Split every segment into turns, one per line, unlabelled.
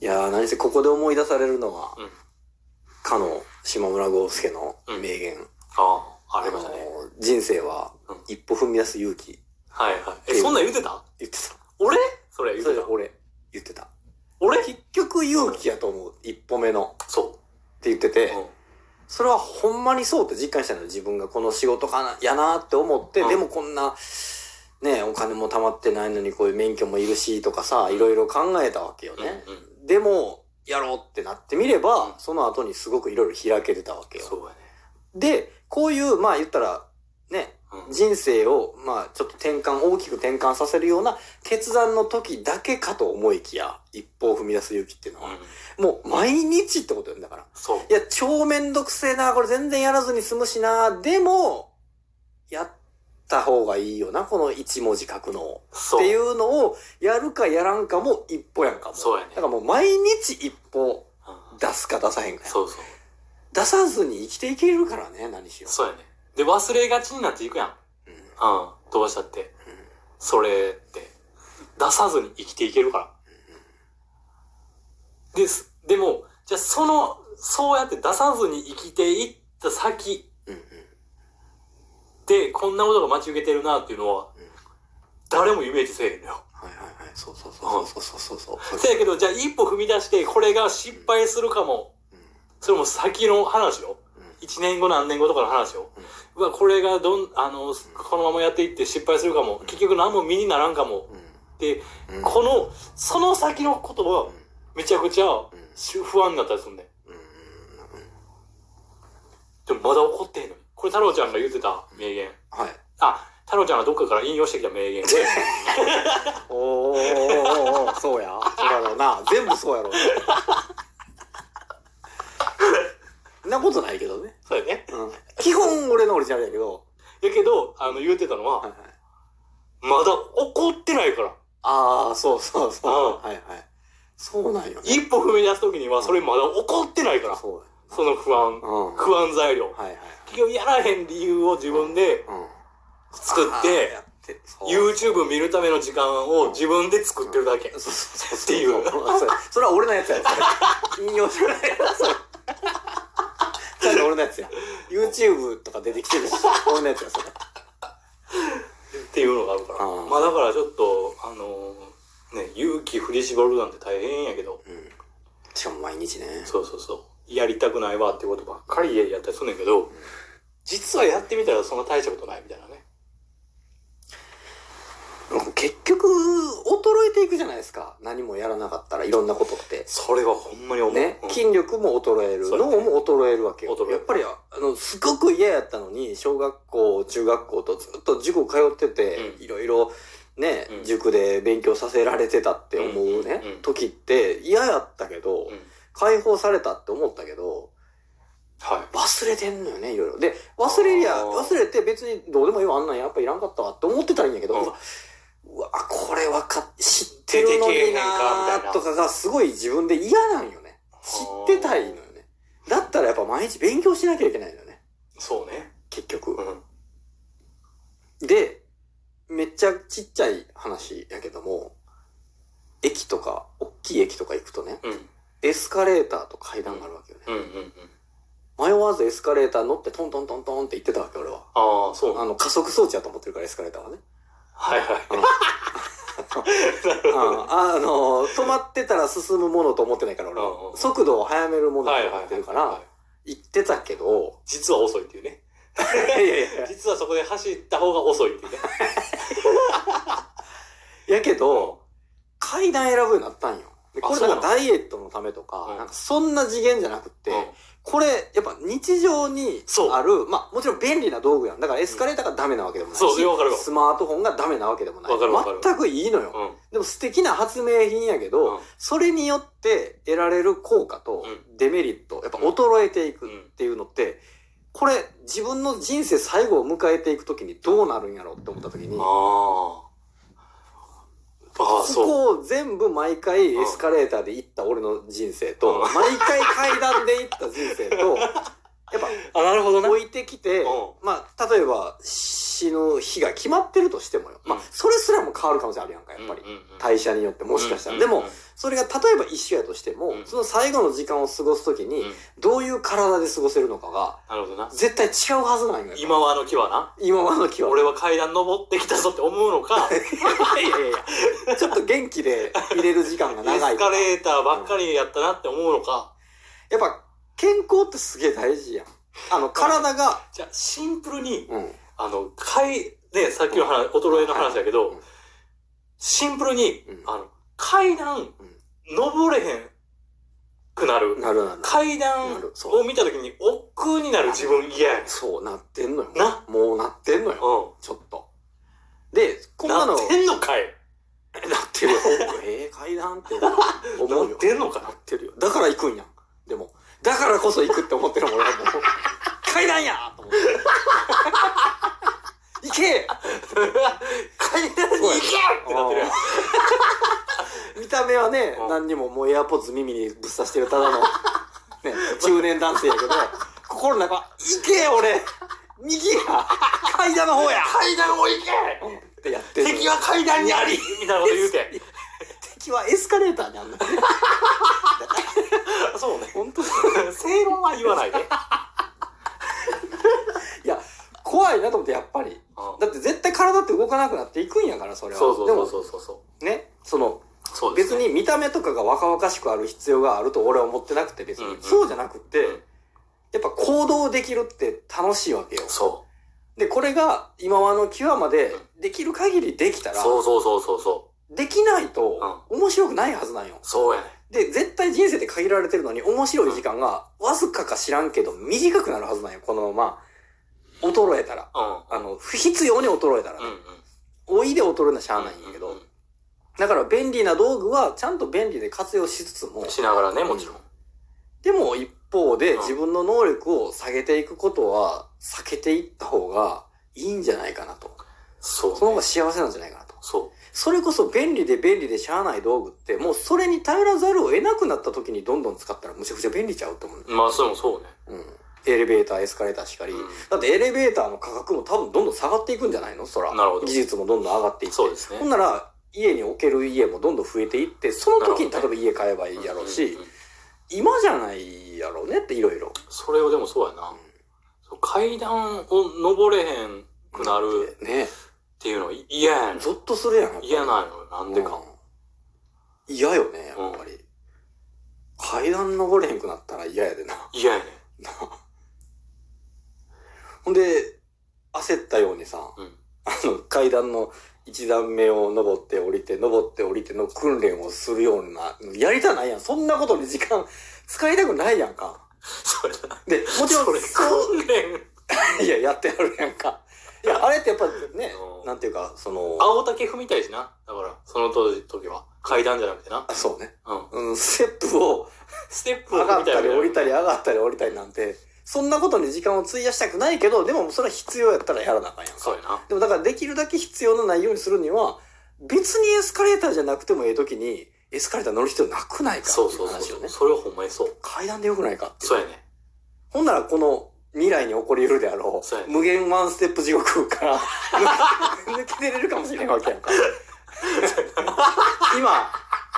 いやー、何せここで思い出されるのは、
うん
かの島村豪介の名言。
ああ、あ
あ
り
の
ましたね。
ー人生は
うん、
一歩踏み出す勇気、
はいはい。え、そんなん言ってた
言ってた。
俺それ言っ
そ
て
れ
た。
俺、言ってた。
俺
結局勇気やと思う、一歩目の。
そ
って言ってて、
う。うん。
それはほんまにそうって実感したのよ自分がこの仕事かな、やなーって思って、
うん
でもこんな、ね、お金も貯まってないのにこういう免許もいるしとかさ、いろいろ考えたわけよね。
うん
でも、やろうってなってみれば、
うん
その後にすごくいろいろ開けてたわけよ。
そうやね。
で、こういう、まあ言ったら、ね、
うん
人生を、まあちょっと転換、大きく転換させるような決断の時だけかと思いきや、一歩を踏み出す勇気っていうのは、
うん
もう毎日ってことよ、だから。
そう。
いや、超めんどくせえな、これ全然やらずに済むしな、でも、やった方がいいよな、この一文字書くの。っ
そう。
てい
うん。
うのを、やるかやらんかも一歩やんかも。
そうやね
だからもう毎日一歩出すか出さへんかやん
そうそう。
出さずに生きていけるからね、何しよ
そうやね。で、忘れがちになっていくやん。
う。うん
うん。どうしたって。それって。出さずに生きていけるから。です。でも、じゃあその、そうやって出さずに生きていった先
うんうん
で、こんなことが待ち受けてるなっていうのは、
うん
誰もイメージせえへんのよ。
はいはいはい、そうそうそうそうそうそうそうそう。
せやけど、じゃあ一歩踏み出して、これが失敗するかも。
うん
それも先の話よ。
うん
1年後何年後とかの話を、うわこれがどんあのこのままやっていって失敗するかも結局何も身にならんかもで、
うんうん
このその先のことはめちゃくちゃ
ん
し不安になったりするんで
うんうんうん
でもまだ怒ってへんのにこれ太郎ちゃんが言ってた名言
はい。
あ太郎ちゃんがどっかから引用してきた名言で
おーおーおーおーそうや。そうやろうな。全部そうやろうな。んなことないけどね。
そうやね
うん。基本俺の俺じゃないけど。
やけどあの言ってたのは、
はいはい。
まだ怒ってないから
ああ、そうそうそう。
うん
はいはい。そうなんよ、ね。
一歩踏み出す時にはそれまだ怒ってないから
そう
その不安
や。うん。はい
不安材料
はい。
結局やらへん理由を自分で
うん。
作っ
あ
て
ーやって、そう。
YouTube 見るための時間を自分で作ってるだけ。
そうそうそう。
っていう
それそれは俺のやつや。それ引用じゃないな、それ。ちゃんと俺のやつや。YouTube とか出てきてるし、俺のやつや、それ。
っていうのがあるから。
うん
まあだからちょっと、あのーね、勇気振り絞るなんて大変やけど、
うん。しかも毎日ね。
そうそうそう。やりたくないわってことばっかりやったりするんだけど、実はやってみたらそんな大したことないみたいなね。
結局、衰えていくじゃないですか。何もやらなかったら、いろんなことって。
それはほんまに思う。
ね
うん。
筋力も衰える。
そうだね
脳も衰えるわけよ
衰え。る
やっぱり、あの、すごく嫌やったのに、小学校、中学校とずっと塾通ってて、
うん
いろいろ、ね、
うん
塾で勉強させられてたって思うね、
うんうんうん
時って嫌やったけど、
うん
解放されたって思ったけど、
はい。
忘れてんのよね、いろいろ。で、忘れりゃ、
あー
忘れて別にどうでもいいわ、あんなんやっぱいらんかったわって思ってたらいいんやけど、
うん
うわうわ、これわかっ、知ってるの
出てけえ
に
へんかみたい
な
な
とかがすごい自分で嫌なんよね。知ってたいのよね。だったらやっぱ毎日勉強しなきゃいけないのよね、
そうね。
結局
う。ん。
で、めっちゃちっちゃい話やけども、駅とか、大きい駅とか行くとね、
うん。
エスカレーターと階段があるわけよね。
うんうんうん。
迷わずエスカレーター乗ってトントントントンって行ってたわけ、俺は。
ああ、そう
あの、加速装置だと思ってるから、エスカレーターはね。
はいはい。 なるほどね。
ああの、止まってたら進むものと思ってないから、俺
うんう
は。
ん
速度を速めるもの
はい
と思
はいは
っ
い。
てるから、行ってたけど、
実は遅いっていうね。
いやいやい
実はそこで走った方が遅いっていうね。
や。やけど、階段選ぶようになったんよ。でこれなんか
あそうな
ダイエットのためとか
う、ん
なんかそんな次元じゃなくて
うん、
これ、やっぱ日常に
そう
ある、まあもちろん便利な道具やん。だからエスカレーターがダメなわけでもないし、
そういやわかるわ
スマートフォンがダメなわけでもない
わかるわかる。
全くいいのよ。
うん。
でも素敵な発明品やけど、
うん
それによって得られる効果と
う
デメリット、やっぱ衰えていく
うん
っていうのって、これ自分の人生最後を迎えていくときにどうなるんやろうって思ったときに、
あ
こ
あ。ああ、そう。
こを全部毎回
うん
エスカレーターで行った俺の人生と、
うん
毎回階段で行った人生と、やっぱ、
あ、なるほどな。
置いてきて
うん、
まあ、例えば、死の日が決まってるとしてもよ。まあ
うん、
それすらも変わる可能性あるやんか、やっぱり
う。んうんうん
代謝によってもしかしたら。でも、、それが例えば一緒やとしても
う、ん
その最後の時間を過ごすとき
うんうんう
に
ん、
どういう体で過ごせるのかが、
なるほどな。
絶対違うはずなんよ。
今はあの木はな、
今までの気は。
俺は階段登ってきたぞって思うのか、エ
いやいやいや、ちょっと元気で入れる時間が 長い
ス
とか
カレーターばっかりやったなって思うのか、
やっぱ、健康ってすげえ大事やん。あの、体が、
じゃあシンプルに、
うん。
あの、階、ね、さっきの話、衰えの話だけ
うん
ど、シンプルに
うん、
あの、階段
ん、
登れへんくなる。
なるなる。
階
な
段
るそう
を見た時に、億劫になる自分嫌やねん。
そう、なってんのよ。
な
もうなってんのよ。
う
ちょっと。で、こん
ん。
な
な
の、
ってんのかい
なってるよ。ええ階段って思う
な
よ。
ってんのか
な
な
ってるよ。だから行くんやん。でも、だからこそ行くって思ってるもん、俺 はもう。階段やと思 って。行け
階段に行けってなってるやん。
見た目はね
う、ん
何にももうエアポッズ耳にぶっ刺してるた だの、ね、中年男性やけど、心の中は、行け俺右や階段の方や
階段を行
ってやって
け
る。
敵は階段にありみたいなこと言 うて。
敵はエスカレーターにあんの。
そうね。
本当に。
正論は言わないで。
いや、怖いなと思って、やっぱり。だって絶対体って動かなくなっていくんやから、それは。
そうそうそうそうそう。
でもね、その、
そうです
別
ね。
に見た目とかが若々しくある必要があると俺は思ってなくて、別に。
うんうん
そうじゃなくて、
うん
やっぱ行動できるって楽しいわけよ。
そ
で、これが今はの際までできる限りできた
う。
ら、
そうそうそうそうそ
できないと面白くないはずなんよ
う。。そうやね。
で、絶対人生って限られてるのに面白い時間がわずかか知らんけど短くなるはずなんよ。このまま、衰えたら。
う
あの、不必要に衰えたら
ん。う
ね。
んうん。
老いで衰えなしゃあないんやけ
う
ど
ん。
だから便利な道具はちゃんと便利で活用しつつも
うん、しながらね、もちろん。
でも一方で
うん
自分の能力を下げていくことは避けていった方がいいんじゃないかなと。
そう
その方
ね。
が幸せなんじゃないかなと。
そ
それこそ便利で便利でしゃあない道具って、もうそれに頼らざるを得なくなった時にどんどん使ったらむちゃくちゃ便利ちゃうと思う。
う。まあ、それもそうね。
うん。エレベーター、エスカレーターしかり。
うん
だってエレベーターの価格も多分どんどん下がっていくんじゃないのそら。
なるほど
技術もどんどん上がっていって。
そうです
ほんな
ね。
ら、家に置ける家もどんどん増えていって、その時に
な
例
る
えば
ほ
家買えばいいやろうし
ん、んん
今じゃないやろうねっていろいろ。
それをでもそうやな。そう階段を登れへんくなるっ
ね。
ていうのは嫌やねん。
ゾッとするやん。やっぱり
嫌なのよ。なんでか。
うん嫌よね、やっぱり。階段登れへんくなったら嫌やでな。
嫌やねん。
ほんで、焦ったようにさ、
うん
あの、階段の一段目を登って降りて、登って降りての訓練をするような、やりたないやん。そんなことに時間使いたくないやんか。
それな。
で、もちろん、
それ、
そ
訓練。
う、いや、やってあるやんか。いや、あれってやっぱね
う、ん
なんていうか、その、
青竹踏みたいしな。だから、その当時、時は。階段じゃなくてな。
あそうね。
うん。
うん、ステップを
ステップを
上
踏
が
み
った
い
た
わけ
り
じゃな
降
い
りたり上がったり降りたりなんて、そんなことに時間を費やしたくないけど、でもそれは必要やったらやらなあかんやんか。
そうやな。
でもだからできるだけ必要のないようにするには、別にエスカレーターじゃなくてもええ時に、エスカレーター乗る必要なくないかって
そう
い
そうう
話
そ
を
う、
ね。
それはほんまにそう。
階段でよくないかっていう。
そうやね。
ほんならこの未来に起こり得るであろ
そうや
う、
ね
無限ワンステップ地獄から 抜け出れるかもしれんわけやんか。今、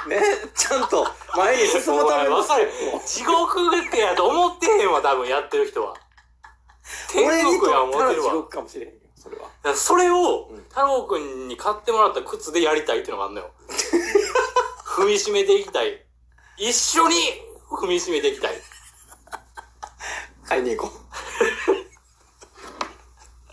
ね、ちゃんと前に進むための
わかる。地獄ってやと思ってへんわ、多分やってる人は。天
俺にと
国や
っ
思
た
っ
ら
て
地
るわ。だか
獄かもしれへんよ、それは。
らそれを
うん、
太郎くんに買ってもらった靴でやりたいっていうのがあ んのよ。踏みしめていきたい。一緒に踏みしめていきたい。
買いに行こう。